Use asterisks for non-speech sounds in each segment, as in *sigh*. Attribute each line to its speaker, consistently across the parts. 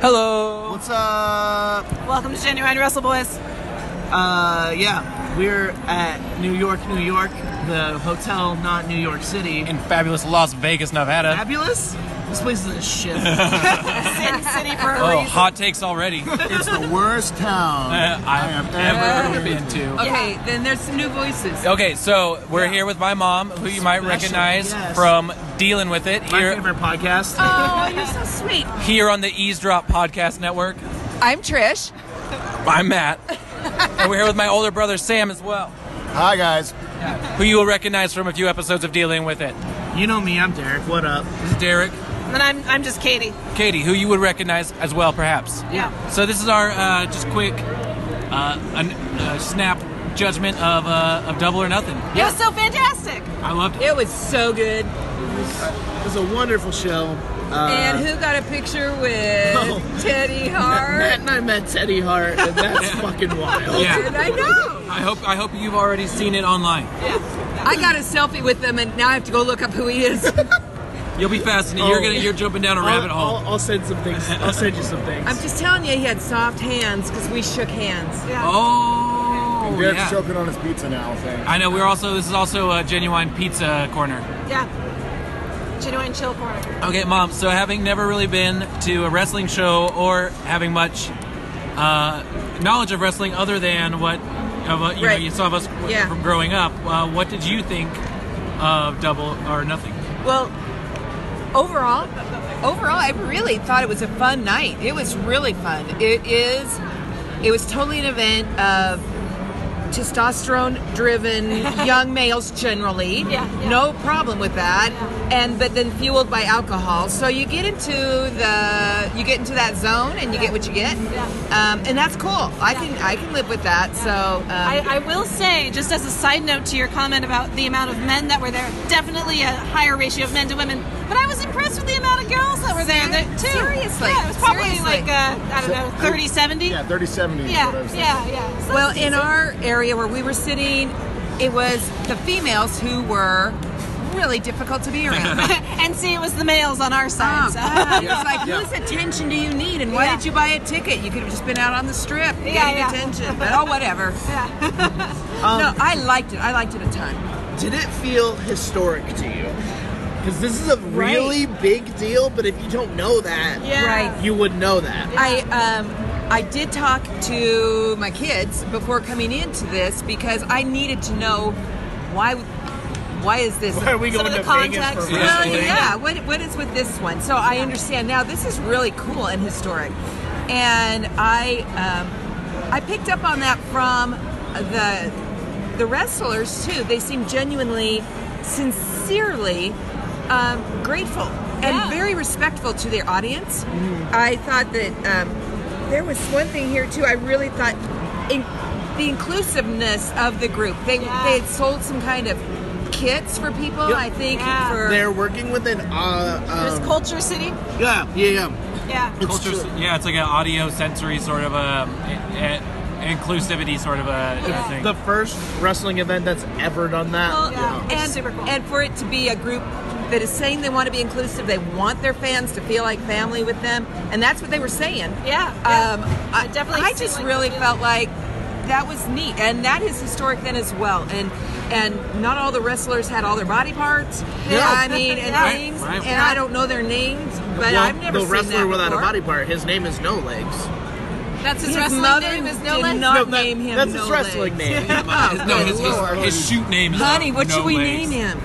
Speaker 1: Hello.
Speaker 2: What's up?
Speaker 3: Welcome to Genuine Wrestle Boys.
Speaker 2: Uh, yeah, we're at New York, New York, the hotel, not New York City.
Speaker 1: In fabulous Las Vegas, Nevada.
Speaker 2: Fabulous? This place is a shit. *laughs*
Speaker 3: Sin City for a
Speaker 1: Oh,
Speaker 3: reason.
Speaker 1: hot takes already. Uh,
Speaker 4: It's the worst town
Speaker 1: I have ever been to.
Speaker 5: Okay, then there's some new voices.
Speaker 1: *laughs* Okay, so we're here with my mom, who you might
Speaker 2: Special
Speaker 1: recognize
Speaker 2: guest.
Speaker 1: from dealing with it
Speaker 2: My
Speaker 1: here
Speaker 2: favorite podcast.
Speaker 5: Oh, you're so sweet.
Speaker 1: here on the Eavesdrop Podcast Network.
Speaker 5: I'm Trish.
Speaker 1: I'm Matt, and we're here with my older brother Sam as well,
Speaker 4: Hi guys.
Speaker 1: who you will recognize from a few episodes of dealing with it.
Speaker 2: You know me, I'm Derek. What up?
Speaker 1: This is Derek,
Speaker 3: And I'm, I'm just Katie.
Speaker 1: Katie, who you would recognize as well, perhaps.
Speaker 3: Yeah.
Speaker 1: So this is our uh, just quick uh, an, uh, snap judgment of uh, of Double or Nothing.
Speaker 3: It was so fantastic.
Speaker 1: I loved it.
Speaker 5: It was so good.
Speaker 2: It was a wonderful show. Uh,
Speaker 5: and who got a picture with
Speaker 2: Oh.
Speaker 5: Teddy Hart?
Speaker 2: Matt and I met Teddy Hart, and *laughs* that's fucking wild.
Speaker 1: Yeah.
Speaker 5: And I know.
Speaker 1: I hope I hope you've already seen it online.
Speaker 5: I got a selfie with them, and now I have to go look up who he *laughs* is.
Speaker 1: You'll be fascinated. You're
Speaker 2: Oh.
Speaker 1: gonna you're jumping down a
Speaker 2: I'll,
Speaker 1: rabbit hole.
Speaker 2: I'll, I'll send some things. I'll send you some things.
Speaker 5: I'm just telling you, he had soft hands because we shook hands.
Speaker 3: Yeah.
Speaker 1: Oh,
Speaker 4: Derek's
Speaker 1: yeah.
Speaker 4: choking on his pizza now. Thanks.
Speaker 1: I know. We're also this is also a genuine pizza corner.
Speaker 3: Yeah. Genuine chill corner.
Speaker 1: Okay, mom. So having never really been to a wrestling show or having much uh, knowledge of wrestling other than what of what you
Speaker 5: Right.
Speaker 1: know you saw of us w-
Speaker 5: Yeah.
Speaker 1: from growing up, uh, what did you think of Double or Nothing?
Speaker 5: Well, overall, overall, I really thought it was a fun night. It was really fun. It is. It was totally an event of
Speaker 3: *laughs*
Speaker 5: testosterone-driven young males generally.
Speaker 3: Yeah, yeah.
Speaker 5: No problem with that. And but then fueled by alcohol, so you get into the you get into that zone and you get what you get.
Speaker 3: Yeah.
Speaker 5: Um, and that's cool. I can I can live with that. So um,
Speaker 3: I, I will say, just as a side note to your comment about the amount of men that were there, definitely a higher ratio of men to women. But I was impressed with the amount of girls that were there,
Speaker 5: Ser-
Speaker 3: that- too.
Speaker 5: seriously,
Speaker 3: Yeah, it was probably
Speaker 5: seriously.
Speaker 3: like, uh, I don't know, 30, 70?
Speaker 4: Yeah, 3070 is
Speaker 3: yeah,
Speaker 4: what I was
Speaker 3: yeah. yeah. So
Speaker 5: Well,
Speaker 3: it's
Speaker 5: in
Speaker 3: decent.
Speaker 5: our area where we were sitting, it was the females who were really difficult to
Speaker 2: *laughs*
Speaker 5: be around.
Speaker 3: *laughs* and see, it was the males on our side.
Speaker 5: Oh,
Speaker 3: so.
Speaker 5: God. It's like, whose attention do you need, and why
Speaker 3: Yeah.
Speaker 5: did you buy a ticket? You could have just been out on the strip getting
Speaker 3: yeah.
Speaker 5: attention. But
Speaker 2: *laughs*
Speaker 5: oh, whatever.
Speaker 3: *laughs*
Speaker 2: Um,
Speaker 5: no, I liked it. I liked it a ton.
Speaker 2: Did it feel historic to you? Because this is a
Speaker 5: Right.
Speaker 2: really big deal, but if you don't know that,
Speaker 3: yeah.
Speaker 5: Right.
Speaker 2: you would know that.
Speaker 5: I um I did talk to my kids before coming into this because I needed to know why why is this
Speaker 2: Why are we
Speaker 3: Some
Speaker 2: going
Speaker 3: of
Speaker 2: to
Speaker 3: the
Speaker 2: Vegas
Speaker 3: context.
Speaker 2: for
Speaker 1: Yeah.
Speaker 5: Well,
Speaker 2: wrestling?
Speaker 5: yeah. What, what is with this one? So I understand now. This is really cool and historic, and I um, I picked up on that from the the wrestlers too. They seem genuinely, sincerely um, grateful and
Speaker 3: Yeah. Mm-hmm.
Speaker 5: very respectful to their audience. I thought that um, there was one thing here too. I really thought. In, the inclusiveness of the group. They
Speaker 3: Yeah.
Speaker 5: they had sold some kind of kits for people.
Speaker 2: Yep.
Speaker 5: I think
Speaker 3: Yeah.
Speaker 5: for
Speaker 2: They're working with an uh,
Speaker 3: There's
Speaker 2: um,
Speaker 3: Culture City.
Speaker 2: yeah, yeah, yeah.
Speaker 3: Yeah.
Speaker 2: It's
Speaker 1: Culture,
Speaker 2: true.
Speaker 1: yeah, it's like an audio sensory sort of a, a, a inclusivity sort of a, a
Speaker 3: Yeah.
Speaker 1: thing.
Speaker 2: the first wrestling event that's ever done that.
Speaker 3: Well,
Speaker 2: Yeah.
Speaker 3: Which is
Speaker 5: and,
Speaker 3: super cool.
Speaker 5: and for it to be a group that is saying they want to be inclusive, they want their fans to feel like family with them, and that's what they were saying.
Speaker 3: Yeah, yeah.
Speaker 5: Um,
Speaker 3: I
Speaker 5: I,
Speaker 3: definitely
Speaker 5: I
Speaker 3: see,
Speaker 5: just
Speaker 3: like,
Speaker 5: really
Speaker 3: the feeling.
Speaker 5: felt like that was neat, and that is historic then as well. And and not all the wrestlers had all their body parts.
Speaker 2: Yeah.
Speaker 5: I
Speaker 3: *laughs*
Speaker 5: mean, and
Speaker 3: Right,
Speaker 5: things,
Speaker 1: right.
Speaker 5: and I don't know their names, but
Speaker 2: Well,
Speaker 5: I've never
Speaker 2: the
Speaker 5: seen
Speaker 2: wrestler
Speaker 5: that
Speaker 2: without
Speaker 5: before.
Speaker 2: a body part. His name is No Legs.
Speaker 3: That's his,
Speaker 5: His
Speaker 3: wrestling
Speaker 5: mother
Speaker 3: name is No
Speaker 5: did
Speaker 3: Legs.
Speaker 5: not
Speaker 2: No, that-
Speaker 5: name him.
Speaker 2: that's
Speaker 5: no
Speaker 2: his wrestling
Speaker 5: legs. *laughs*
Speaker 2: name.
Speaker 5: Oh,
Speaker 1: no,
Speaker 5: good
Speaker 1: his,
Speaker 5: Lord.
Speaker 1: his, his shoot name is
Speaker 5: Honey, what
Speaker 1: No
Speaker 5: should we
Speaker 1: Legs.
Speaker 5: name him?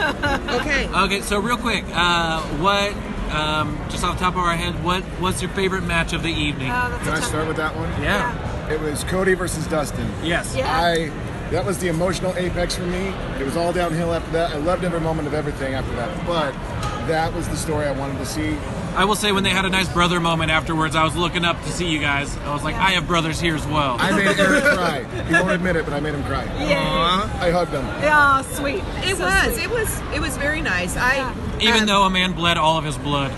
Speaker 5: okay.
Speaker 1: Okay, so real quick, uh, what um, just off the top of our head, what what's your favorite match of the evening?
Speaker 5: Um,
Speaker 3: Oh, that's
Speaker 4: Can
Speaker 3: a
Speaker 4: I
Speaker 3: tough
Speaker 4: start with that one?
Speaker 1: yeah.
Speaker 4: It was Cody versus Dustin.
Speaker 1: Yes.
Speaker 3: Yeah.
Speaker 4: I that was the emotional apex for me. It was all downhill after that. I loved every moment of everything after that. But that was the story I wanted to see.
Speaker 1: I will say when they had a nice brother moment afterwards, I was looking up to see you guys. I was like, I have brothers here as well.
Speaker 4: I made *laughs* Eric cry. He won't admit it, but I made him cry.
Speaker 3: Yeah.
Speaker 4: I hugged him.
Speaker 3: Yeah, sweet.
Speaker 5: It
Speaker 3: So
Speaker 5: was.
Speaker 3: sweet.
Speaker 5: It was. It was very nice. I
Speaker 1: Even
Speaker 5: um,
Speaker 1: though a man bled all of his blood,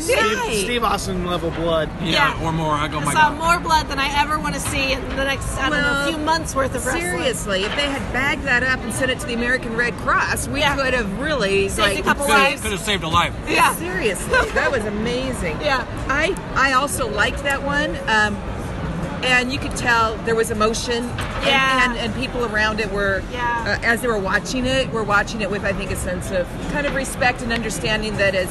Speaker 2: *laughs* Steve,
Speaker 5: night.
Speaker 2: Steve Austin level blood.
Speaker 1: yeah,
Speaker 3: Yeah.
Speaker 1: or more, I go
Speaker 3: I
Speaker 1: Oh my
Speaker 3: saw
Speaker 1: God.
Speaker 3: more blood than I ever want to see in the next, I don't know,
Speaker 5: Well,
Speaker 3: few months worth of wrestling.
Speaker 5: Seriously, if they had bagged that up and sent it to the American Red Cross, we
Speaker 3: Yeah.
Speaker 5: could have really
Speaker 3: Saved a
Speaker 5: like
Speaker 3: couple
Speaker 1: Could have,
Speaker 3: lives.
Speaker 1: could have saved a life.
Speaker 3: Yeah.
Speaker 5: Seriously, that was
Speaker 3: *laughs*
Speaker 5: was amazing.
Speaker 2: Yeah.
Speaker 5: I I also liked that one. Um, and you could tell there was emotion. and-
Speaker 3: Yeah.
Speaker 5: And, and, people around it were,
Speaker 3: Yeah.
Speaker 5: uh, as they were watching it, were watching it with, I think, a sense of kind of respect and understanding that as,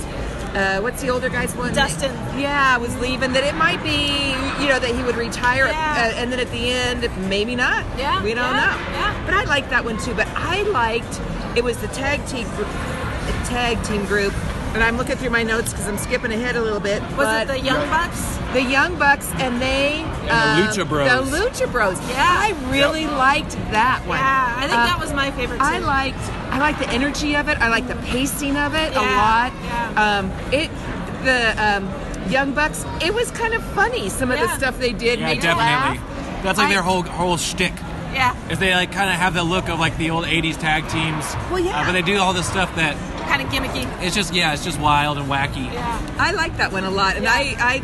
Speaker 5: uh, what's the older guy's one?
Speaker 3: Dustin.
Speaker 5: Yeah, was leaving. That it might be, you know, that he would retire.
Speaker 3: Yeah.
Speaker 5: uh, and then at the end, maybe not.
Speaker 3: Yeah,
Speaker 5: We don't
Speaker 3: yeah,
Speaker 5: know.
Speaker 3: yeah.
Speaker 5: But I liked that one too. But I liked it was the tag team group, the tag team group. And I'm looking through my notes because I'm skipping ahead a little bit.
Speaker 3: Was
Speaker 5: but
Speaker 3: it the Young Bucks?
Speaker 5: the Young Bucks and they
Speaker 1: And the
Speaker 5: um,
Speaker 1: Lucha Bros.
Speaker 5: The Lucha Bros.
Speaker 3: Yeah.
Speaker 5: I really liked that one.
Speaker 3: Yeah, I think
Speaker 5: Uh,
Speaker 3: that was my favorite too.
Speaker 5: I liked I liked the energy of it. I liked the pacing of it a
Speaker 3: Yeah,
Speaker 5: lot.
Speaker 3: yeah.
Speaker 5: Um, it the um, Young Bucks. It was kind of funny. Some of
Speaker 3: Yeah.
Speaker 5: the stuff they did.
Speaker 1: Yeah,
Speaker 5: made you
Speaker 1: definitely.
Speaker 5: laugh.
Speaker 1: That's like
Speaker 5: I-
Speaker 1: their whole whole shtick.
Speaker 3: Yeah,
Speaker 1: Is they like kind of have the look of like the old '80s tag teams.
Speaker 5: Well, yeah.
Speaker 1: Uh, but they do all this stuff that
Speaker 3: kind of gimmicky.
Speaker 1: it's just yeah, it's just wild and wacky.
Speaker 3: Yeah,
Speaker 5: I like that one a lot, and I, I,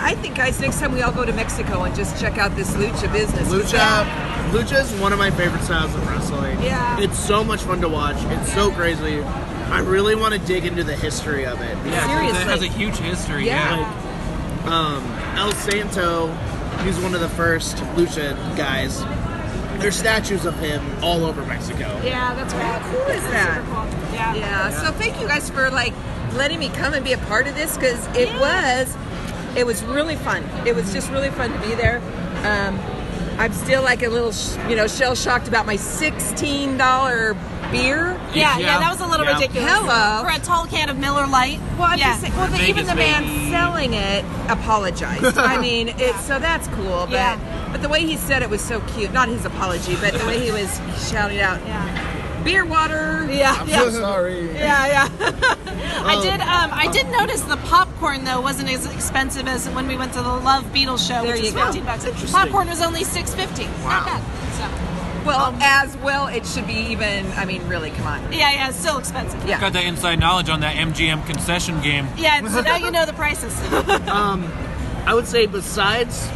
Speaker 5: I think guys, next time we all go to Mexico and just check out this lucha business.
Speaker 2: Lucha. Lucha is one of my favorite styles of wrestling.
Speaker 3: Yeah.
Speaker 2: It's so much fun to watch. It's so crazy. I really want to dig into the history of it.
Speaker 1: Yeah, 'cause
Speaker 5: Seriously.
Speaker 1: it has a huge history.
Speaker 5: Yeah.
Speaker 1: Yeah.
Speaker 2: El Santo, he's one of the first lucha guys. There's statues of him all over Mexico.
Speaker 3: yeah, that's right.
Speaker 5: How cool is
Speaker 3: That's
Speaker 5: that?
Speaker 3: Super cool. Yeah.
Speaker 5: Yeah. So thank you guys for like letting me come and be a part of this because it
Speaker 3: Yeah.
Speaker 5: was, it was really fun. It was just really fun to be there. Um, I'm still like a little, sh- you know, shell shocked about my sixteen dollar beer.
Speaker 3: Yeah, yeah,
Speaker 1: Yeah.
Speaker 3: that was a little
Speaker 1: Yeah.
Speaker 3: ridiculous.
Speaker 5: Hello.
Speaker 3: For a tall can of Miller Lite.
Speaker 5: Well, I'm
Speaker 3: yeah.
Speaker 5: just saying, well, the,
Speaker 1: Vegas,
Speaker 5: even the man
Speaker 1: baby.
Speaker 5: selling it
Speaker 1: *laughs*
Speaker 5: apologized. I mean, it, so that's cool. But
Speaker 3: Yeah.
Speaker 5: but the way he said it was so cute. Not his apology, but the way he was shouting out,
Speaker 3: Yeah.
Speaker 5: "Beer water."
Speaker 3: Yeah.
Speaker 4: I'm
Speaker 3: Yeah.
Speaker 4: so sorry.
Speaker 3: Yeah, yeah. *laughs*
Speaker 5: Oh.
Speaker 3: I did. Um, I did notice the popcorn though wasn't as expensive as when we went to the Love Beatles show,
Speaker 5: There
Speaker 3: which
Speaker 5: you
Speaker 3: was
Speaker 5: go.
Speaker 3: fifteen bucks.
Speaker 2: Interesting.
Speaker 3: Popcorn was only six fifty. Not
Speaker 2: Wow.
Speaker 3: bad. So,
Speaker 5: Well, as well, it should be even. I mean, really, come on.
Speaker 3: yeah, yeah, it's still expensive.
Speaker 5: Yeah.
Speaker 1: Got the inside knowledge on that MGM concession game.
Speaker 3: Yeah, and so now you know the
Speaker 5: *laughs*
Speaker 3: prices.
Speaker 2: I would say besides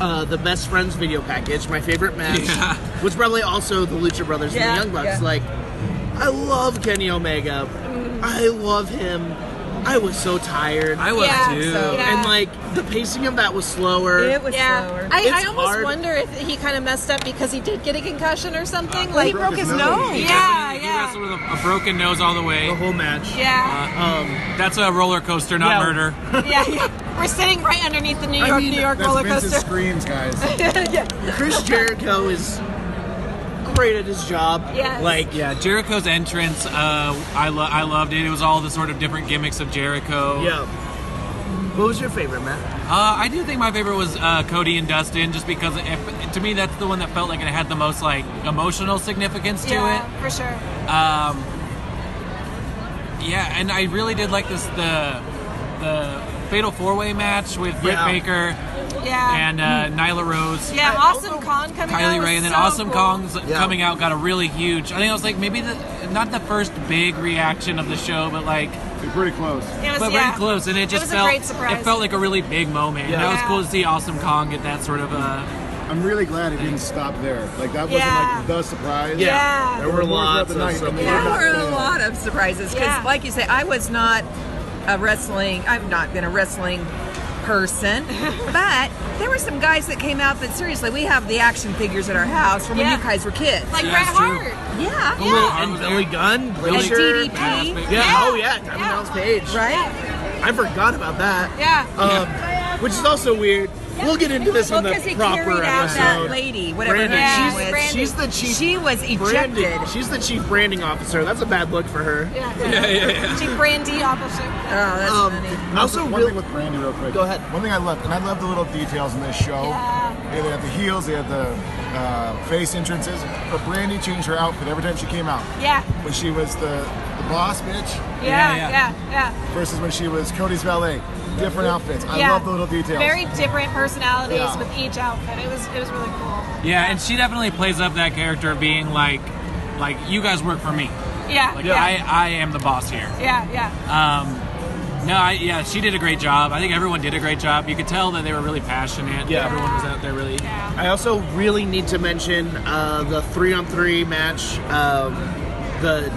Speaker 2: uh, the Best Friends video package, my favorite match
Speaker 1: Yeah.
Speaker 2: was probably also the Lucha Brothers
Speaker 5: Yeah,
Speaker 2: and the Young Bucks.
Speaker 5: yeah.
Speaker 2: Like, I love Kenny Omega.
Speaker 5: Mm-hmm.
Speaker 2: I love him. I was so tired.
Speaker 1: I was
Speaker 3: Yeah,
Speaker 1: too.
Speaker 5: so-
Speaker 3: Yeah.
Speaker 2: and like the pacing of that was slower.
Speaker 5: It was
Speaker 3: yeah,
Speaker 5: slower.
Speaker 3: I, I
Speaker 2: It's
Speaker 3: almost
Speaker 2: hard.
Speaker 3: wonder if he kind of messed up because he did get a concussion or something.
Speaker 5: Well,
Speaker 3: Like,
Speaker 5: he broke his nose.
Speaker 4: Yeah.
Speaker 3: yeah,
Speaker 1: He
Speaker 3: yeah,
Speaker 1: wrestled with a, a broken nose all the
Speaker 2: the
Speaker 1: way.
Speaker 2: whole match.
Speaker 3: yeah,
Speaker 1: That's a roller coaster, not
Speaker 2: Yeah.
Speaker 1: murder.
Speaker 5: Uh,
Speaker 3: *laughs* yeah, yeah. We're sitting right underneath the New York,
Speaker 4: I mean,
Speaker 3: New York
Speaker 4: that's
Speaker 3: roller
Speaker 4: Vince's
Speaker 3: coaster. *laughs*
Speaker 4: screams, guys.
Speaker 3: yeah.
Speaker 2: Chris Jericho is great at his job.
Speaker 3: Yes.
Speaker 2: Like
Speaker 1: Yeah, Jericho's entrance, uh, I, lo- I loved it. It was all the sort of different gimmicks of Jericho.
Speaker 2: yeah. What was your favorite, Matt?
Speaker 1: Uh, I do think my favorite was uh, Cody and Dustin, just because if, to me that's the one that felt like it had the most like emotional significance to it.
Speaker 3: yeah, for sure.
Speaker 1: Yeah, and I really did like this the the Fatal Four Way match with Britt
Speaker 2: Yeah.
Speaker 1: Baker
Speaker 3: Yeah.
Speaker 1: and uh, Nyla Rose.
Speaker 3: yeah, Awesome Kong coming out.
Speaker 1: Kylie
Speaker 3: was
Speaker 1: Ray, and then
Speaker 3: so
Speaker 1: Awesome
Speaker 3: cool.
Speaker 1: Kong's
Speaker 2: Yeah.
Speaker 1: coming out got a really huge. I think it was like maybe the not the first big reaction of the show, but like
Speaker 4: You're pretty close.
Speaker 3: It was,
Speaker 1: but
Speaker 3: yeah.
Speaker 1: very close, and it just
Speaker 3: was a
Speaker 1: felt
Speaker 3: great surprise.
Speaker 1: it felt like a really big moment. And
Speaker 2: Yeah.
Speaker 1: that was
Speaker 3: Yeah.
Speaker 1: cool to see Awesome Kong get that sort of uh,
Speaker 4: I'm really glad it didn't stop there. Like that wasn't
Speaker 3: Yeah.
Speaker 4: like the surprise.
Speaker 3: Yeah.
Speaker 4: There were lots of
Speaker 5: There
Speaker 4: Yeah.
Speaker 5: were a lot of surprises because,
Speaker 3: Yeah.
Speaker 5: like you say, I was not a wrestling. I've not been a wrestling
Speaker 3: *laughs*
Speaker 5: person, but there were some guys that came out that seriously, we have the action figures at our house from
Speaker 3: Yeah.
Speaker 5: when you guys were kids.
Speaker 3: Like
Speaker 1: Yeah,
Speaker 3: Bret
Speaker 1: it's true.
Speaker 3: Hart.
Speaker 5: yeah,
Speaker 1: Who will-
Speaker 2: And Billy Gunn,
Speaker 5: and
Speaker 2: Glacier.
Speaker 5: DDP,
Speaker 1: Yeah.
Speaker 2: Yeah.
Speaker 5: right?
Speaker 3: Yeah.
Speaker 2: Oh yeah. Diamond
Speaker 3: Yeah.
Speaker 2: Dallas Page. I forgot about that.
Speaker 3: Yeah.
Speaker 1: Uh,
Speaker 2: Um, Which is also weird. We'll get into this on
Speaker 5: Well,
Speaker 2: the
Speaker 5: 'cause he
Speaker 2: proper
Speaker 5: carried out that
Speaker 2: episode.
Speaker 5: lady, whatever
Speaker 2: Brandon,
Speaker 5: her name
Speaker 3: she's-
Speaker 5: was.
Speaker 3: Brandon.
Speaker 2: She's the chief.
Speaker 5: She was ejected.
Speaker 2: branding. She's the chief branding officer. That's a bad look for her.
Speaker 3: Yeah. Yeah. Chief Brandy officer.
Speaker 5: Oh, that's
Speaker 2: Um,
Speaker 5: funny.
Speaker 2: also,
Speaker 4: one
Speaker 2: real,
Speaker 4: thing with Brandy, real quick.
Speaker 2: Go ahead.
Speaker 4: One thing I loved, and I love the little details in this show.
Speaker 3: Yeah.
Speaker 4: They had the heels, they had the uh, face entrances, but Brandy changed her outfit every time she came out.
Speaker 3: Yeah.
Speaker 4: When she was the, the boss bitch
Speaker 3: Yeah. Yeah.
Speaker 1: yeah.
Speaker 3: Yeah.
Speaker 4: versus when she was Cody's valet. Different outfits. I
Speaker 3: Yeah.
Speaker 4: love the little details.
Speaker 3: Very different personalities
Speaker 4: Yeah.
Speaker 3: with each outfit. It was it was really cool.
Speaker 1: yeah, and she definitely plays up that character of being like like you guys work for me.
Speaker 3: Yeah.
Speaker 1: Like
Speaker 3: yeah.
Speaker 1: I Uh, I am the boss here.
Speaker 3: yeah. Yeah.
Speaker 1: No, I, yeah, she did a great job. I think everyone did a great job. You could tell that they were really passionate.
Speaker 2: Yeah.
Speaker 1: everyone was out there really.
Speaker 3: Yeah.
Speaker 2: I also really need to mention uh, the three on three match. Um, the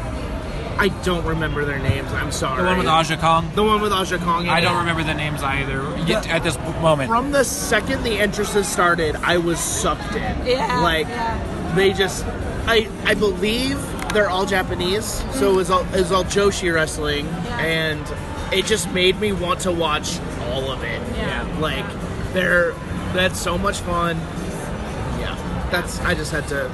Speaker 2: I don't remember their names. I'm sorry.
Speaker 1: The one with Aja Kong.
Speaker 2: The one with Aja Kong. in
Speaker 1: I
Speaker 2: it.
Speaker 1: don't remember the names either yet at this moment.
Speaker 2: From the second the entrances started, I was sucked in.
Speaker 3: Yeah,
Speaker 2: Like
Speaker 3: yeah.
Speaker 2: they just, I I believe they're all Japanese, so it was all it was all Joshi wrestling, and it just made me want to watch all of it.
Speaker 3: Yeah.
Speaker 2: Like they're that's so much fun. Yeah. That's I just had to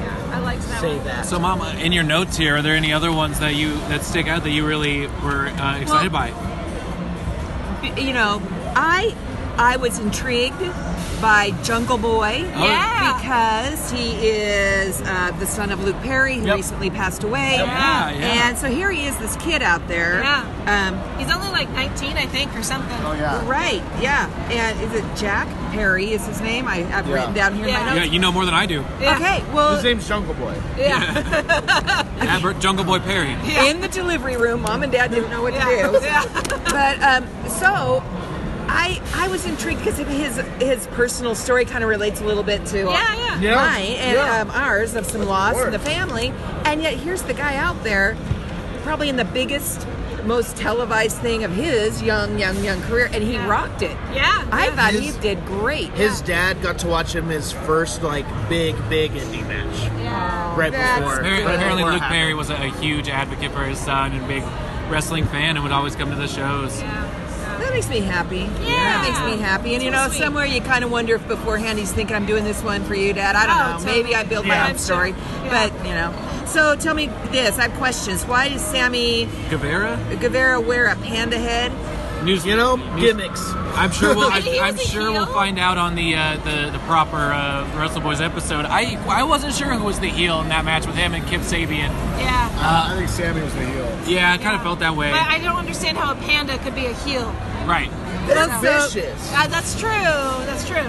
Speaker 3: Yeah, I liked that
Speaker 2: say
Speaker 3: one.
Speaker 2: that.
Speaker 1: So, Mama, in your notes here, are there any other ones that you that stick out that you really were uh, excited
Speaker 5: Well-
Speaker 1: by?
Speaker 5: you know, I I was intrigued by Jungle Boy
Speaker 1: Oh,
Speaker 3: yeah.
Speaker 5: because he is uh, the son of Luke Perry, who
Speaker 1: Yep.
Speaker 5: recently passed away.
Speaker 1: Yeah, yeah.
Speaker 5: And so here he is, this kid out there.
Speaker 3: Yeah.
Speaker 5: Um,
Speaker 3: He's only like 19, I think, or something.
Speaker 4: Oh yeah.
Speaker 5: right. Yeah. And is it Jack Perry? Is his name? I, I've
Speaker 4: Yeah.
Speaker 5: written down here in
Speaker 3: Yeah.
Speaker 5: my
Speaker 1: Yeah,
Speaker 5: notes.
Speaker 1: you know more than I do.
Speaker 3: Yeah.
Speaker 5: Okay. Well,
Speaker 2: His name's Jungle Boy.
Speaker 3: Yeah.
Speaker 1: Albert Jungle Boy Perry.
Speaker 3: Yeah.
Speaker 5: in the delivery room, mom and dad didn't know what to do.
Speaker 3: *laughs* yeah.
Speaker 5: but um, so I I was intrigued because his his personal story kind of relates a little bit to uh,
Speaker 3: Yeah, yeah.
Speaker 2: Yeah,
Speaker 5: mine and
Speaker 2: yeah.
Speaker 5: um, ours of some loss in
Speaker 4: course.
Speaker 5: the family, and yet here's the guy out there, probably in the biggest, most televised thing of his young young young career, and he
Speaker 3: Yeah.
Speaker 5: rocked it.
Speaker 3: Yeah,
Speaker 5: I
Speaker 3: yeah.
Speaker 5: thought
Speaker 2: His-
Speaker 5: he did great.
Speaker 2: His dad got to watch him his first like big big indie match.
Speaker 3: Yeah.
Speaker 2: Right
Speaker 5: That's
Speaker 2: before.
Speaker 1: Apparently,
Speaker 2: right
Speaker 1: apparently
Speaker 2: before it
Speaker 1: Luke
Speaker 2: happened.
Speaker 1: Perry was a, a huge advocate for his son and big wrestling fan, and would always come to the shows.
Speaker 3: Yeah.
Speaker 5: That makes me happy. That makes me happy. And you
Speaker 3: So
Speaker 5: know,
Speaker 3: sweet.
Speaker 5: somewhere you kind of wonder if beforehand he's thinking, I'm doing this one for you, Dad. I don't
Speaker 3: Oh,
Speaker 5: know.
Speaker 3: totally.
Speaker 5: Maybe I build
Speaker 1: Yeah.
Speaker 5: my
Speaker 1: I'm
Speaker 5: own
Speaker 3: sure.
Speaker 5: story.
Speaker 3: Yeah.
Speaker 5: But, you know. So tell me this I have questions. Why does Sammy
Speaker 1: Guevara,
Speaker 5: Guevara wear a panda head?
Speaker 1: news,
Speaker 2: You know,
Speaker 1: news-
Speaker 2: gimmicks.
Speaker 1: I'm
Speaker 3: *laughs*
Speaker 1: sure we'll. I,
Speaker 3: And he was
Speaker 1: I'm
Speaker 3: a
Speaker 1: sure
Speaker 3: heel?
Speaker 1: we'll find out on the uh, the the proper uh, Wrestle Boys episode. I I wasn't sure who was the heel in that match with him and Kip Sabian.
Speaker 3: Yeah.
Speaker 4: Uh, I think Sammy was the heel.
Speaker 1: Yeah, I kind of felt that way.
Speaker 3: But I don't understand how a panda could be a heel.
Speaker 1: right.
Speaker 2: They're
Speaker 5: That's so-
Speaker 2: vicious.
Speaker 3: Uh, that's true. That's true.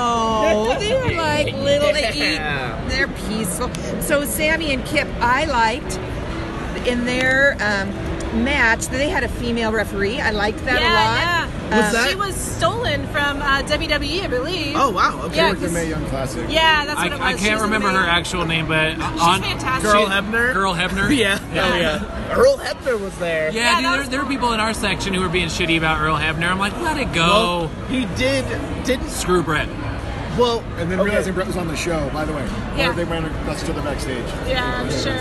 Speaker 5: No,
Speaker 3: *laughs*
Speaker 5: they're Oh, like little to eat.
Speaker 2: Yeah.
Speaker 5: They're peaceful. So Sammy and Kip, I liked in their um, match. They had a female referee. I liked that
Speaker 3: yeah,
Speaker 5: a lot.
Speaker 3: yeah.
Speaker 2: Was that-
Speaker 3: She was stolen from uh, WWE, I believe.
Speaker 2: Oh wow. Okay.
Speaker 3: Yeah,
Speaker 4: Like the
Speaker 3: 'cause-
Speaker 4: Mae Young Classic.
Speaker 3: yeah, that's
Speaker 1: I,
Speaker 3: what it was.
Speaker 1: I
Speaker 3: She was
Speaker 1: can't
Speaker 3: in the
Speaker 1: remember her
Speaker 3: main-
Speaker 1: actual name, but
Speaker 3: She's
Speaker 1: on
Speaker 3: fantastic.
Speaker 2: Girl Hebner.
Speaker 1: Girl Hebner.
Speaker 2: Yeah. Oh yeah. *laughs* Earl Hebner was there.
Speaker 1: Yeah,
Speaker 3: Yeah,
Speaker 1: dude,
Speaker 3: that
Speaker 1: there,
Speaker 3: was-
Speaker 1: there are people in our section who are being shitty about Earl Hebner. I'm like, let it go.
Speaker 2: Well, he did didn't
Speaker 1: Screw Brett.
Speaker 2: well
Speaker 4: And then
Speaker 2: okay.
Speaker 4: realizing Brett was on the show, by the way.
Speaker 3: Yeah.
Speaker 4: Or They ran across each other backstage.
Speaker 3: Yeah, I'm sure.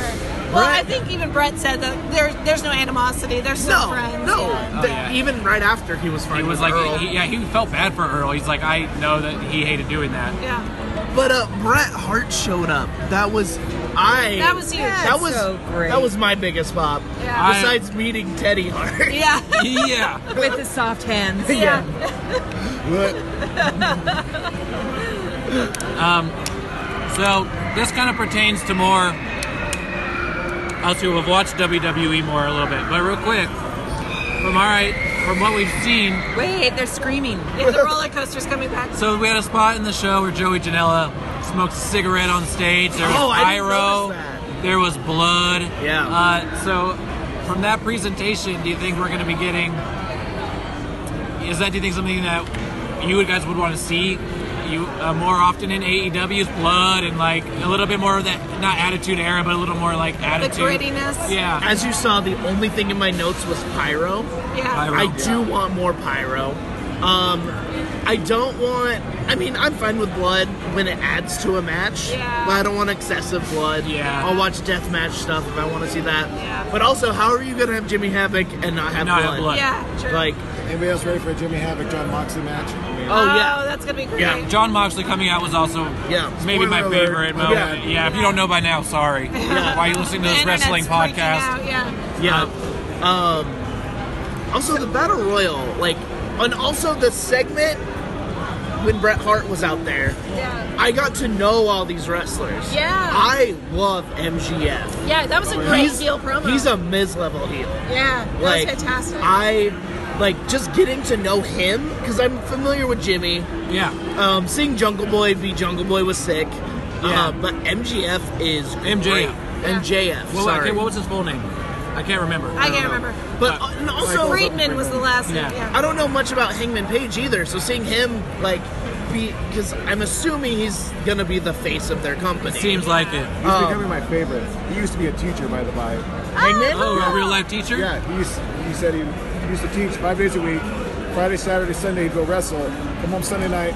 Speaker 3: Well, I think even Brett said that there, there's no animosity. They're still
Speaker 2: no,
Speaker 3: friends.
Speaker 2: no.
Speaker 3: yeah. Oh,
Speaker 2: The-
Speaker 1: yeah.
Speaker 2: Even right after he was
Speaker 1: He
Speaker 2: fighting,
Speaker 1: was like,
Speaker 2: Earl.
Speaker 1: he, yeah, he felt bad for Earl. He's like, I know that he hated doing that.
Speaker 3: Yeah.
Speaker 2: but uh, Bret Hart showed up. That was I.
Speaker 3: That was huge.
Speaker 2: That was
Speaker 5: so great.
Speaker 2: that was my biggest pop.
Speaker 3: Yeah.
Speaker 2: Besides meeting Teddy Hart. *laughs*
Speaker 3: Yeah.
Speaker 1: *laughs*
Speaker 3: *laughs*
Speaker 1: yeah.
Speaker 5: uh, With the soft hands.
Speaker 3: Yeah.
Speaker 4: What?
Speaker 1: So this kind of pertains to more us who have watched WWE more a little bit, but real quick, from all right, from what we've seen,
Speaker 5: Wait, they're screaming.
Speaker 3: yeah. The roller coaster's coming back.
Speaker 1: So we had a spot in the show where Joey Janela smoked a cigarette on stage. There was
Speaker 2: Oh, I didn't
Speaker 1: pyro.
Speaker 2: notice that.
Speaker 1: There was blood.
Speaker 2: Yeah.
Speaker 1: Uh, so from that presentation, do you think we're going to be getting? Is that do you think something that you guys would want to see you uh, more often in AEW's blood and like a little bit more of that not attitude era, but a little more like
Speaker 3: the
Speaker 1: attitude.
Speaker 3: grittiness.
Speaker 1: Yeah.
Speaker 2: As you saw, the only thing in my notes was pyro.
Speaker 3: Yeah.
Speaker 1: Pyro.
Speaker 2: I do want more pyro. Um, I don't want. I mean, I'm fine with blood when it adds to a match,
Speaker 3: Yeah.
Speaker 2: but I don't want excessive blood.
Speaker 1: Yeah.
Speaker 2: I'll watch death match stuff if I want to see that.
Speaker 3: Yeah.
Speaker 2: But also, how are you gonna have Jimmy Havoc and not have
Speaker 1: Not have
Speaker 2: blood?
Speaker 1: blood.
Speaker 3: Yeah. True.
Speaker 2: Like,
Speaker 4: Anybody else ready for a Jimmy Havoc John Moxley match? I mean,
Speaker 2: oh
Speaker 1: Uh,
Speaker 2: yeah,
Speaker 3: that's gonna be great.
Speaker 2: Yeah.
Speaker 1: John Moxley coming out was also
Speaker 2: Yeah.
Speaker 1: maybe my
Speaker 4: Spoiler alert.
Speaker 1: favorite
Speaker 4: My
Speaker 1: moment.
Speaker 4: bad.
Speaker 1: Yeah. if you don't know by now, sorry. Why are you listening to
Speaker 3: The
Speaker 1: this
Speaker 3: internet's
Speaker 1: wrestling
Speaker 3: freaking
Speaker 1: podcast?
Speaker 3: Out. Yeah.
Speaker 2: yeah. um, also the battle royal, like, and also the segment when Bret Hart was out there.
Speaker 3: Yeah.
Speaker 2: I got to know all these wrestlers.
Speaker 3: Yeah.
Speaker 2: I love MGF.
Speaker 3: Yeah. That was a great heel promo.
Speaker 2: He's a Miz level heel.
Speaker 3: yeah. That
Speaker 2: Like
Speaker 3: was fantastic.
Speaker 2: I like just getting to know him because I'm familiar with Jimmy.
Speaker 1: Yeah.
Speaker 2: Um, seeing Jungle Boy be Jungle Boy was sick.
Speaker 1: Yeah.
Speaker 2: Uh, but MGF is
Speaker 1: MJF.
Speaker 2: great.
Speaker 3: Yeah.
Speaker 2: MJF.
Speaker 1: Well,
Speaker 2: sorry.
Speaker 1: okay, what was his full name? I can't remember.
Speaker 3: I can't remember.
Speaker 2: but uh, and also
Speaker 3: Friedman was the last
Speaker 1: Yeah.
Speaker 3: name. Yeah.
Speaker 2: I don't know much about Hangman Page either. So seeing him like be because I'm assuming he's gonna be the face of their company.
Speaker 1: Seems like it.
Speaker 4: He's
Speaker 3: Oh.
Speaker 4: becoming my favorite. He used to be a teacher, by the by.
Speaker 1: Oh, a real life teacher?
Speaker 4: Yeah, he, used, he said he, he used to teach five days a week. Friday, Saturday, Sunday, he'd go wrestle. Come home Sunday night,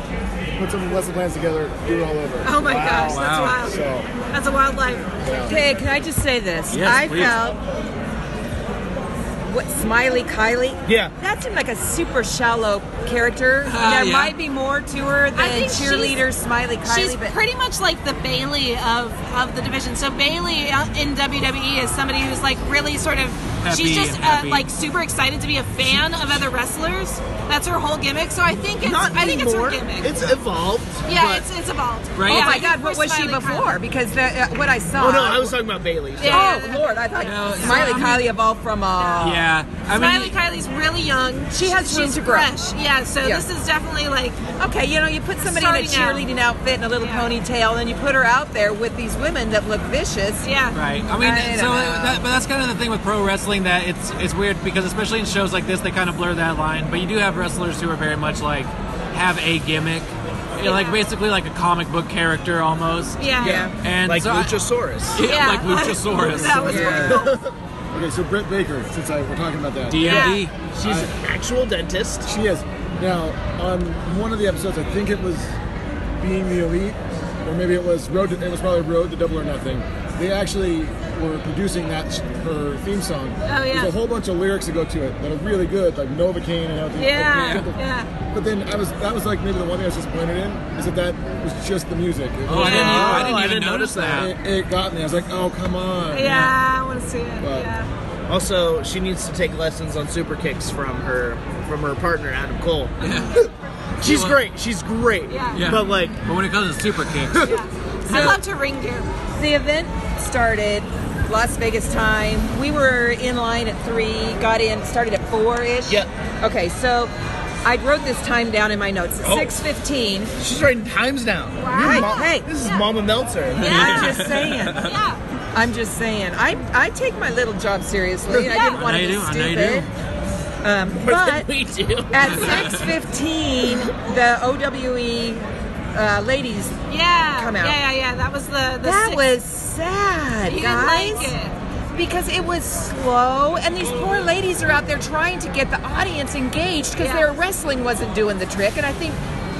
Speaker 4: put some lesson plans together, do it all over.
Speaker 3: Oh my gosh,
Speaker 1: wow.
Speaker 3: that's wild.
Speaker 4: So,
Speaker 3: That's a wild life.
Speaker 4: yeah.
Speaker 5: Okay, can I just say this?
Speaker 1: Yes,
Speaker 5: I
Speaker 1: please.
Speaker 5: felt what Smiley Kylie.
Speaker 2: Yeah.
Speaker 5: That seemed like a super shallow character.
Speaker 1: Ah,
Speaker 5: there
Speaker 1: yeah.
Speaker 5: might be more to her than
Speaker 3: think
Speaker 5: cheerleader Smiley Kylie.
Speaker 3: She's
Speaker 5: but
Speaker 3: pretty much like the Bailey of, of the division. So Bailey uh, in WWE is somebody who's like really sort of
Speaker 1: Peppy
Speaker 3: she's just
Speaker 1: and
Speaker 3: uh,
Speaker 1: happy.
Speaker 3: like super excited to be a fan of other wrestlers. That's her whole gimmick. So I think it's
Speaker 2: Not
Speaker 3: I think it's her
Speaker 2: anymore.
Speaker 3: gimmick.
Speaker 2: It's evolved.
Speaker 3: yeah,
Speaker 2: but-
Speaker 3: it's it's evolved.
Speaker 1: Right?
Speaker 5: oh
Speaker 1: Yeah,
Speaker 5: my
Speaker 1: you
Speaker 5: God, what was she before? Because the, uh, what I saw.
Speaker 2: Oh no, I was talking about Bailey. So.
Speaker 3: Yeah.
Speaker 5: Oh Lord, I thought
Speaker 1: No,
Speaker 5: Smiley
Speaker 1: I mean-
Speaker 5: Kylie evolved from a.
Speaker 1: Yeah. I
Speaker 3: Smiley
Speaker 1: mean,
Speaker 3: Kylie's really young.
Speaker 5: She has room
Speaker 3: she's
Speaker 5: to grow.
Speaker 3: fresh. Yeah, so
Speaker 5: Yeah.
Speaker 3: this is definitely like
Speaker 5: Okay, you know, you put somebody in a
Speaker 3: Starting
Speaker 5: cheerleading outfit and a little
Speaker 3: Yeah.
Speaker 5: ponytail, and you put her out there with these women that look vicious.
Speaker 3: yeah.
Speaker 1: Right. I mean,
Speaker 5: I don't
Speaker 1: so
Speaker 5: know.
Speaker 1: that, but that's kind of the thing with pro wrestling that it's it's weird because especially in shows like this they kind of blur that line. But you do have wrestlers who are very much like have a gimmick, You know, like
Speaker 3: Yeah.
Speaker 1: basically like a comic book character almost.
Speaker 3: Yeah.
Speaker 2: yeah.
Speaker 1: And
Speaker 2: like
Speaker 1: so I-
Speaker 2: Luchasaurus.
Speaker 1: Yeah, *laughs*
Speaker 3: Yeah.
Speaker 1: like Luchasaurus.
Speaker 3: *laughs* That was
Speaker 4: Okay, so Britt Baker, since I, we're talking about that.
Speaker 1: DMD.
Speaker 4: She's,
Speaker 2: She's an actual dentist.
Speaker 4: She is. Now, on one of the episodes, I think it was Being the Elite, or maybe it was Road. To, it was probably Road to Double or Nothing. They actually were producing that sh- her theme song.
Speaker 3: Oh, yeah.
Speaker 4: There's a whole bunch of lyrics that go to it that are really good, like Novocaine and everything.
Speaker 3: Yeah,
Speaker 4: Like,
Speaker 3: yeah.
Speaker 4: But then I was that was like maybe the one thing I was disappointed in is that that was just the music. It,
Speaker 1: Oh, I didn't,
Speaker 3: Yeah.
Speaker 1: I
Speaker 2: Oh,
Speaker 1: didn't
Speaker 2: I
Speaker 1: even
Speaker 2: didn't
Speaker 1: notice
Speaker 2: notice
Speaker 1: that.
Speaker 4: it, it got me. I was like, oh come on.
Speaker 3: Yeah, I want to see it.
Speaker 4: But-
Speaker 3: Yeah.
Speaker 2: Also, she needs to take lessons on super kicks from her from her partner Adam Cole. *laughs* She's great. She's great.
Speaker 3: Yeah.
Speaker 1: Yeah.
Speaker 2: But like,
Speaker 1: But when it comes to super kicks,
Speaker 3: yeah. I love to ring gear.
Speaker 5: The event started Las Vegas time. We were in line at three, got in, started at four ish.
Speaker 2: Yep.
Speaker 5: Okay, so I wrote this time down in my notes.
Speaker 3: Oh.
Speaker 5: Six fifteen.
Speaker 2: she's writing times down.
Speaker 3: Wow.
Speaker 2: You mo-
Speaker 5: Hey.
Speaker 2: this is
Speaker 3: Yeah.
Speaker 2: Mama Meltzer. *laughs*
Speaker 3: *laughs*
Speaker 5: I'm
Speaker 3: Yeah.
Speaker 5: just saying.
Speaker 3: yeah.
Speaker 5: I'm just saying. I I take my little job seriously. and I didn't
Speaker 3: Yeah.
Speaker 5: want
Speaker 1: I
Speaker 5: to be
Speaker 1: know you do, I know you
Speaker 5: stupid. Um,
Speaker 3: *laughs*
Speaker 5: but
Speaker 2: we do.
Speaker 5: at six fifteen, the OWE uh, ladies.
Speaker 3: Yeah.
Speaker 5: Come out.
Speaker 3: Yeah, yeah, yeah. That was the the
Speaker 5: That
Speaker 3: sixth-
Speaker 5: was sad,
Speaker 3: You didn't
Speaker 5: guys.
Speaker 3: like it.
Speaker 5: because it was slow and these poor ladies are out there trying to get the audience engaged because
Speaker 3: Yeah.
Speaker 5: their wrestling wasn't doing the trick and i think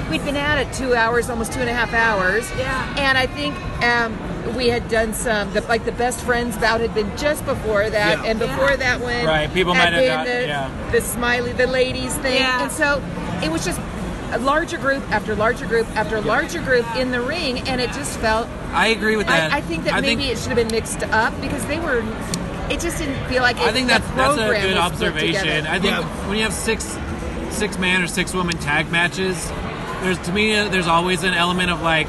Speaker 5: we'd been at it two hours almost two and a half hours
Speaker 3: Yeah.
Speaker 5: and i think um, we had done some the, like the best friends bout had been just before that
Speaker 2: Yeah.
Speaker 5: and before
Speaker 3: Yeah.
Speaker 5: that one
Speaker 1: Right, people
Speaker 5: had
Speaker 1: might have
Speaker 5: been
Speaker 1: got-
Speaker 5: the,
Speaker 1: yeah.
Speaker 5: the smiley the ladies thing
Speaker 3: Yeah.
Speaker 5: and so it was just a larger group after larger group after larger group in the ring and it just felt
Speaker 1: I agree with that.
Speaker 5: I, I think that maybe it should have been mixed up because they were. It just didn't feel like. It,
Speaker 1: I think
Speaker 5: the
Speaker 1: that's that's a
Speaker 5: program
Speaker 1: good
Speaker 5: was put
Speaker 1: observation.
Speaker 5: together.
Speaker 1: I think
Speaker 2: Yeah.
Speaker 1: when you have six six man or six woman tag matches, there's to me uh, there's always an element of like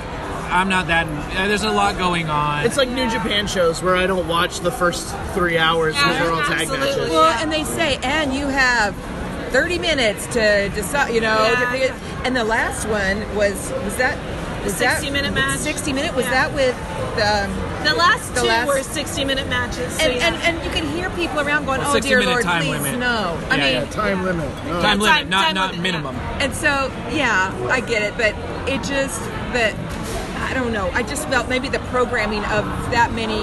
Speaker 1: I'm not that. uh, There's a lot going on.
Speaker 2: It's like New Japan shows where I don't watch the first three hours because
Speaker 3: Yeah,
Speaker 2: they're all tag
Speaker 3: absolutely.
Speaker 2: matches.
Speaker 5: well, and they say, and you have thirty minutes to decide. You know,
Speaker 3: Yeah.
Speaker 5: to pick it. and the last one was was that was
Speaker 3: The 60
Speaker 5: that-
Speaker 3: minute match.
Speaker 5: Sixty minute was
Speaker 3: Yeah.
Speaker 5: that with. Um,
Speaker 3: The last
Speaker 5: The
Speaker 3: two
Speaker 5: last-
Speaker 3: were 60 minute matches. So
Speaker 5: and,
Speaker 3: yeah.
Speaker 5: and, and you can hear people around going,
Speaker 1: Well,
Speaker 5: "Oh
Speaker 1: 60
Speaker 5: dear
Speaker 1: minute
Speaker 5: Lord,
Speaker 1: time
Speaker 5: please
Speaker 1: limit.
Speaker 5: no." I
Speaker 1: Yeah,
Speaker 5: mean,
Speaker 1: yeah.
Speaker 4: Time limit. No.
Speaker 1: time limit,
Speaker 3: time-
Speaker 1: not
Speaker 3: time
Speaker 1: not
Speaker 3: limit, yeah.
Speaker 1: minimum.
Speaker 5: And so, yeah, I get it, but it just, but I don't know. I just felt maybe the programming of that many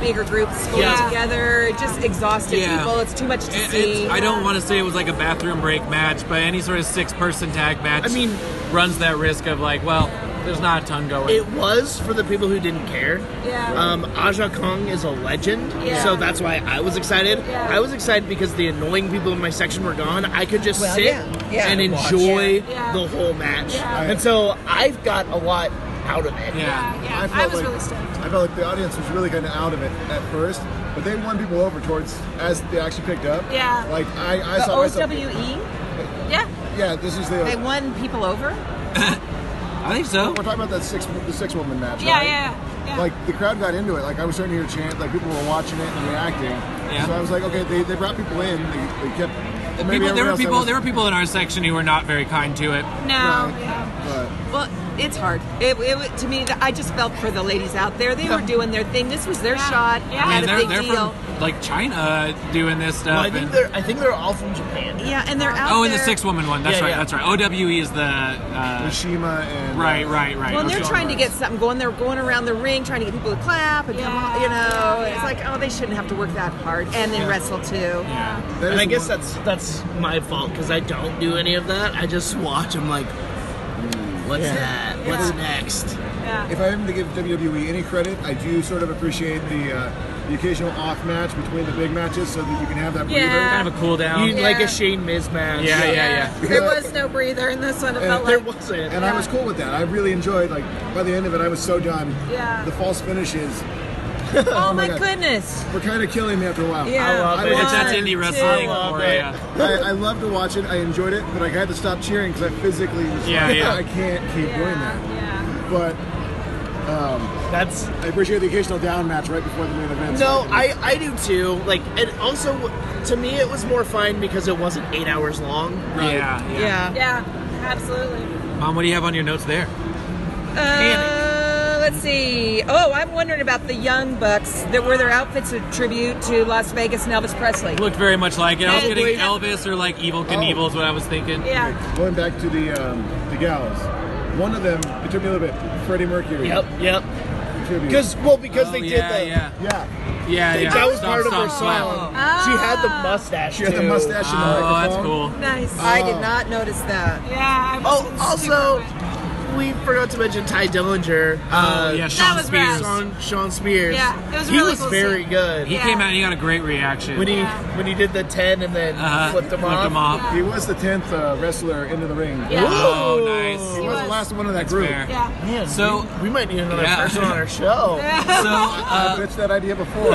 Speaker 5: bigger groups going
Speaker 3: Yeah.
Speaker 5: together it just exhausted
Speaker 1: Yeah.
Speaker 5: people. It's too much to
Speaker 1: It-
Speaker 5: see.
Speaker 1: it's- I don't want to say it was like a bathroom break match, but any sort of six person tag match,
Speaker 2: I mean-
Speaker 1: runs that risk of like, well, there's not a ton going.
Speaker 2: It was for the people who didn't care.
Speaker 3: Yeah.
Speaker 2: Um, Aja Kong is a legend,
Speaker 3: Yeah.
Speaker 2: so that's why I was excited.
Speaker 3: Yeah.
Speaker 2: I was excited because the annoying people in my section were gone. I could just
Speaker 5: Well,
Speaker 2: sit
Speaker 5: yeah. Yeah.
Speaker 2: and
Speaker 5: Watch.
Speaker 2: enjoy
Speaker 3: Yeah.
Speaker 2: the whole match.
Speaker 3: Yeah.
Speaker 2: And so I've got a lot out of it.
Speaker 1: yeah.
Speaker 3: yeah, yeah.
Speaker 4: felt
Speaker 3: I, was
Speaker 4: like-
Speaker 3: really stoked.
Speaker 4: I felt like the audience was really kind of out of it at first, but they won people over towards as they actually picked up.
Speaker 3: Yeah.
Speaker 4: Like I, I
Speaker 5: The
Speaker 4: saw myself.
Speaker 5: OWE,
Speaker 3: Yeah.
Speaker 4: Yeah, this is the.
Speaker 5: E? they won people over.
Speaker 1: I think so.
Speaker 4: We're talking about that six the six woman match.
Speaker 3: Yeah,
Speaker 4: right?
Speaker 3: yeah, yeah. yeah.
Speaker 4: Like the crowd got into it. Like I was starting to hear chant. Like people were watching it and reacting.
Speaker 1: Yeah.
Speaker 4: So I was like, okay, they, they brought people in. They, they kept. maybe
Speaker 1: People, there
Speaker 4: everyone
Speaker 1: were
Speaker 4: else that
Speaker 1: people.
Speaker 4: was-
Speaker 1: There were people in our section who were not very kind to it.
Speaker 3: no. Oh, Yeah.
Speaker 4: but-
Speaker 5: Well, it's hard. It, it to me. I just felt for the ladies out there. They were doing their thing. This was their shot.
Speaker 3: Yeah. I
Speaker 1: mean,
Speaker 5: Had a
Speaker 1: they're,
Speaker 5: big
Speaker 1: they're
Speaker 5: deal.
Speaker 1: from like China doing this stuff.
Speaker 2: Well, I think
Speaker 1: and-
Speaker 2: they're I think they're all from Japan.
Speaker 5: Yeah, and they're out.
Speaker 1: oh, and the
Speaker 5: there-
Speaker 1: six woman one. That's
Speaker 2: Yeah,
Speaker 1: right.
Speaker 2: yeah.
Speaker 1: That's right. OWE is the uh,
Speaker 4: Mishima and
Speaker 1: right, right, right.
Speaker 5: Well, and
Speaker 1: Okay.
Speaker 5: they're trying to get something going. They're going around the ring trying to get people to clap and come on, you know.
Speaker 3: Yeah,
Speaker 5: It's
Speaker 3: yeah.
Speaker 5: like, oh, they shouldn't have to work that hard. And then wrestle too.
Speaker 1: Yeah.
Speaker 4: That
Speaker 2: And
Speaker 4: is
Speaker 2: I
Speaker 4: the
Speaker 2: guess
Speaker 4: one-
Speaker 2: that's that's my fault because I don't do any of that. I just watch. I'm like, "Hmm, what's
Speaker 4: Yeah.
Speaker 2: that? What's next?
Speaker 3: Yeah.
Speaker 4: If I am to give WWE any credit, I do sort of appreciate the uh, the occasional off match between the big matches, so that you can have that breather.
Speaker 3: Yeah.
Speaker 1: kind of a cool down.
Speaker 2: You like
Speaker 3: Yeah.
Speaker 2: a Shane Miz match?
Speaker 1: Yeah, yeah, yeah.
Speaker 3: There was no breather in this one. It felt
Speaker 2: *laughs* There
Speaker 3: like.
Speaker 2: wasn't.
Speaker 4: And I was cool with that. I really enjoyed. Like by the end of it, I was so done.
Speaker 3: Yeah.
Speaker 4: The false finishes
Speaker 5: Oh,
Speaker 4: my
Speaker 5: my
Speaker 4: God.
Speaker 5: goodness.
Speaker 4: were kind of killing me after a while.
Speaker 5: Yeah.
Speaker 2: love
Speaker 4: I
Speaker 2: it.
Speaker 1: It's that's
Speaker 5: One,
Speaker 1: indie
Speaker 5: two.
Speaker 1: wrestling.
Speaker 2: I love
Speaker 1: or,
Speaker 2: it.
Speaker 1: yeah.
Speaker 4: I, I loved to watch it. I enjoyed it, but I had to stop cheering because I physically was
Speaker 1: Yeah,
Speaker 4: like,
Speaker 1: yeah.
Speaker 4: *laughs* I can't keep doing that.
Speaker 3: Yeah.
Speaker 4: But
Speaker 2: That's
Speaker 4: I appreciate the occasional down match right before the main event.
Speaker 2: no, I I do too. Like, and also to me it was more fun because it wasn't eight hours long.
Speaker 1: yeah, yeah,
Speaker 5: Yeah.
Speaker 3: Yeah. Absolutely.
Speaker 1: Mom, what do you have on your notes there?
Speaker 5: Uh, let's see. Oh, I'm wondering about the Young Bucks. That were their outfits a tribute to Las Vegas and Elvis Presley.
Speaker 1: Looked very much like it. I was
Speaker 5: Hey,
Speaker 1: getting
Speaker 5: wait. Oh.
Speaker 1: Elvis or like Evil Knievel is what I was thinking.
Speaker 3: Yeah.
Speaker 4: Going back to the um, the gals, one of them it took me a little bit. Freddie Mercury.
Speaker 2: Yep, yep.
Speaker 4: tribute.
Speaker 2: Because well, because
Speaker 1: Oh,
Speaker 2: they
Speaker 1: yeah,
Speaker 2: did the.
Speaker 1: yeah,
Speaker 4: yeah,
Speaker 1: yeah, yeah.
Speaker 2: They- That was
Speaker 1: Stomp,
Speaker 2: part of her
Speaker 1: stomp, slap.
Speaker 2: song.
Speaker 3: Ah.
Speaker 2: She had the mustache.
Speaker 4: she had the
Speaker 2: too.
Speaker 4: mustache and the
Speaker 1: Oh, that's
Speaker 4: microphone.
Speaker 1: cool.
Speaker 3: Nice.
Speaker 5: I did not notice that.
Speaker 3: yeah. I was
Speaker 2: Oh,
Speaker 3: super
Speaker 2: also,
Speaker 3: aware.
Speaker 2: we forgot to mention Ty Dillinger. Uh,
Speaker 1: yeah, Sean
Speaker 3: was
Speaker 1: Spears.
Speaker 3: rad.
Speaker 2: Sean, Sean Spears.
Speaker 3: Yeah, it was
Speaker 2: he
Speaker 3: really
Speaker 2: was
Speaker 3: cool
Speaker 2: very
Speaker 3: scene.
Speaker 2: good.
Speaker 1: He
Speaker 3: Yeah.
Speaker 1: came out and he got a great reaction.
Speaker 2: When he
Speaker 3: Yeah.
Speaker 2: when he did the ten and then
Speaker 1: uh,
Speaker 2: flipped him off.
Speaker 4: He was the tenth uh, wrestler into the ring.
Speaker 3: Yeah.
Speaker 1: Oh,
Speaker 2: Ooh.
Speaker 1: nice.
Speaker 4: He
Speaker 3: He
Speaker 4: was
Speaker 3: was.
Speaker 4: the last one of that group.
Speaker 1: fair.
Speaker 3: Yeah.
Speaker 2: Man,
Speaker 1: So-
Speaker 2: we, we might need another
Speaker 1: Yeah.
Speaker 2: person on our
Speaker 1: So,
Speaker 2: show.
Speaker 4: I
Speaker 5: *laughs*
Speaker 1: uh,
Speaker 4: pitched that
Speaker 1: *laughs*
Speaker 4: idea before.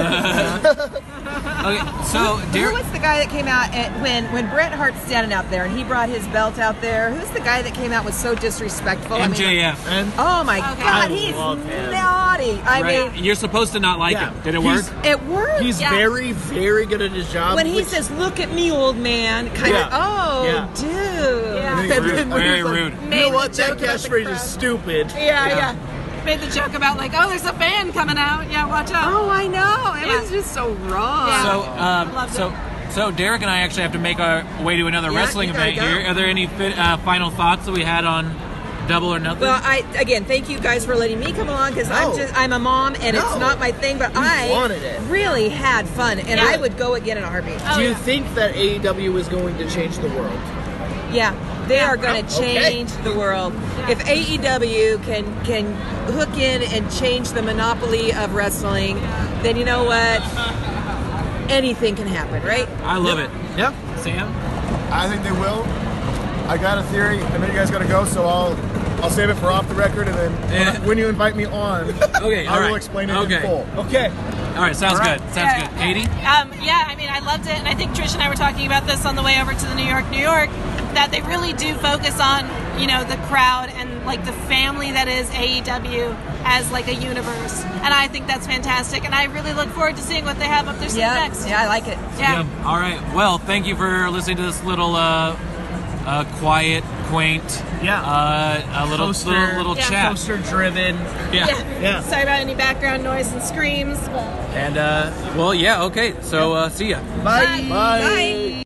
Speaker 1: okay, so
Speaker 5: Who
Speaker 1: Derek.
Speaker 5: was the guy that came out at, when when Bret Hart's standing out there and he brought his belt out there? Who's the guy that came out was so disrespectful? I mean-
Speaker 1: MJF.
Speaker 2: And
Speaker 5: oh my
Speaker 3: Okay.
Speaker 5: God,
Speaker 2: I
Speaker 5: he's
Speaker 2: love him.
Speaker 5: naughty. I
Speaker 1: Right?
Speaker 5: mean,
Speaker 1: You're supposed to not like
Speaker 2: Yeah.
Speaker 1: him. Did it work?
Speaker 2: He's-
Speaker 5: it works.
Speaker 2: he's
Speaker 3: Yeah.
Speaker 2: very very good at his job.
Speaker 5: when he
Speaker 2: which-
Speaker 5: says, "Look at me, old man," kind
Speaker 2: Yeah.
Speaker 5: of. Oh,
Speaker 2: Yeah.
Speaker 5: dude.
Speaker 3: Yeah.
Speaker 4: Then
Speaker 1: Rude,
Speaker 4: when
Speaker 1: very
Speaker 4: he's like-
Speaker 1: rude.
Speaker 2: you know
Speaker 3: Made
Speaker 2: what,
Speaker 3: the
Speaker 2: that
Speaker 3: joke about the
Speaker 2: catchphrase
Speaker 3: crowd.
Speaker 2: is stupid.
Speaker 3: Yeah, yeah, Made the joke about like, oh, there's a fan coming out. Yeah, watch out.
Speaker 5: Oh, I know. It
Speaker 3: Yeah.
Speaker 5: was just so wrong.
Speaker 3: Yeah.
Speaker 1: So,
Speaker 3: I
Speaker 1: um,
Speaker 3: loved
Speaker 1: so, so Derek and I actually have to make our way to another
Speaker 5: Yeah,
Speaker 1: wrestling
Speaker 5: you gotta
Speaker 1: event
Speaker 5: go.
Speaker 1: here. Are there any fi- uh, final thoughts that we had on Double or Nothing?
Speaker 5: Well, I again thank you guys for letting me come along because
Speaker 2: No.
Speaker 5: I'm just I'm a mom and
Speaker 2: No.
Speaker 5: it's not my thing, but I
Speaker 2: wanted it.
Speaker 5: really had fun and
Speaker 3: Yeah.
Speaker 5: I would go again in a heartbeat.
Speaker 3: Oh,
Speaker 2: Do you
Speaker 3: yeah.
Speaker 2: think that AEW is going to change the world?
Speaker 5: Yeah, they are going to
Speaker 2: Okay.
Speaker 5: change the world.
Speaker 3: Yeah.
Speaker 5: If AEW can can hook in and change the monopoly of wrestling, then you know what? Anything can happen, right?
Speaker 1: I love
Speaker 2: Yeah.
Speaker 1: it. Sam?
Speaker 4: I think they will. I got a theory. I know you guys got to go, so I'll I'll save it for off the record, and then
Speaker 1: Yeah.
Speaker 4: when you invite me on,
Speaker 1: *laughs* Okay,
Speaker 4: I
Speaker 1: all right.
Speaker 4: will explain it
Speaker 1: Okay.
Speaker 4: in full.
Speaker 2: Okay.
Speaker 1: All right, sounds
Speaker 4: All right.
Speaker 1: good. Sounds
Speaker 3: Yeah.
Speaker 1: good. Katie?
Speaker 3: Um, yeah, I mean, I loved it, and I think Trish and I were talking about this on the way over to the New York, New York, that they really do focus on you know the crowd and like the family that is AEW as like a universe, and I think that's fantastic, and I really look forward to seeing what they have up their sleeve
Speaker 5: Yeah,
Speaker 3: next.
Speaker 5: yeah, I like it.
Speaker 3: *laughs* Yeah.
Speaker 1: Yeah. All right. Well, thank you for listening to this little uh, uh, quiet, quaint,
Speaker 2: Yeah.
Speaker 1: uh, a little little, little
Speaker 3: yeah,
Speaker 1: chat.
Speaker 2: Poster driven.
Speaker 1: Yeah.
Speaker 2: Yeah.
Speaker 3: Sorry about any background noise and screams. but-
Speaker 1: And uh, well, yeah. Okay. So uh, see ya.
Speaker 2: Bye.
Speaker 3: Bye. Bye.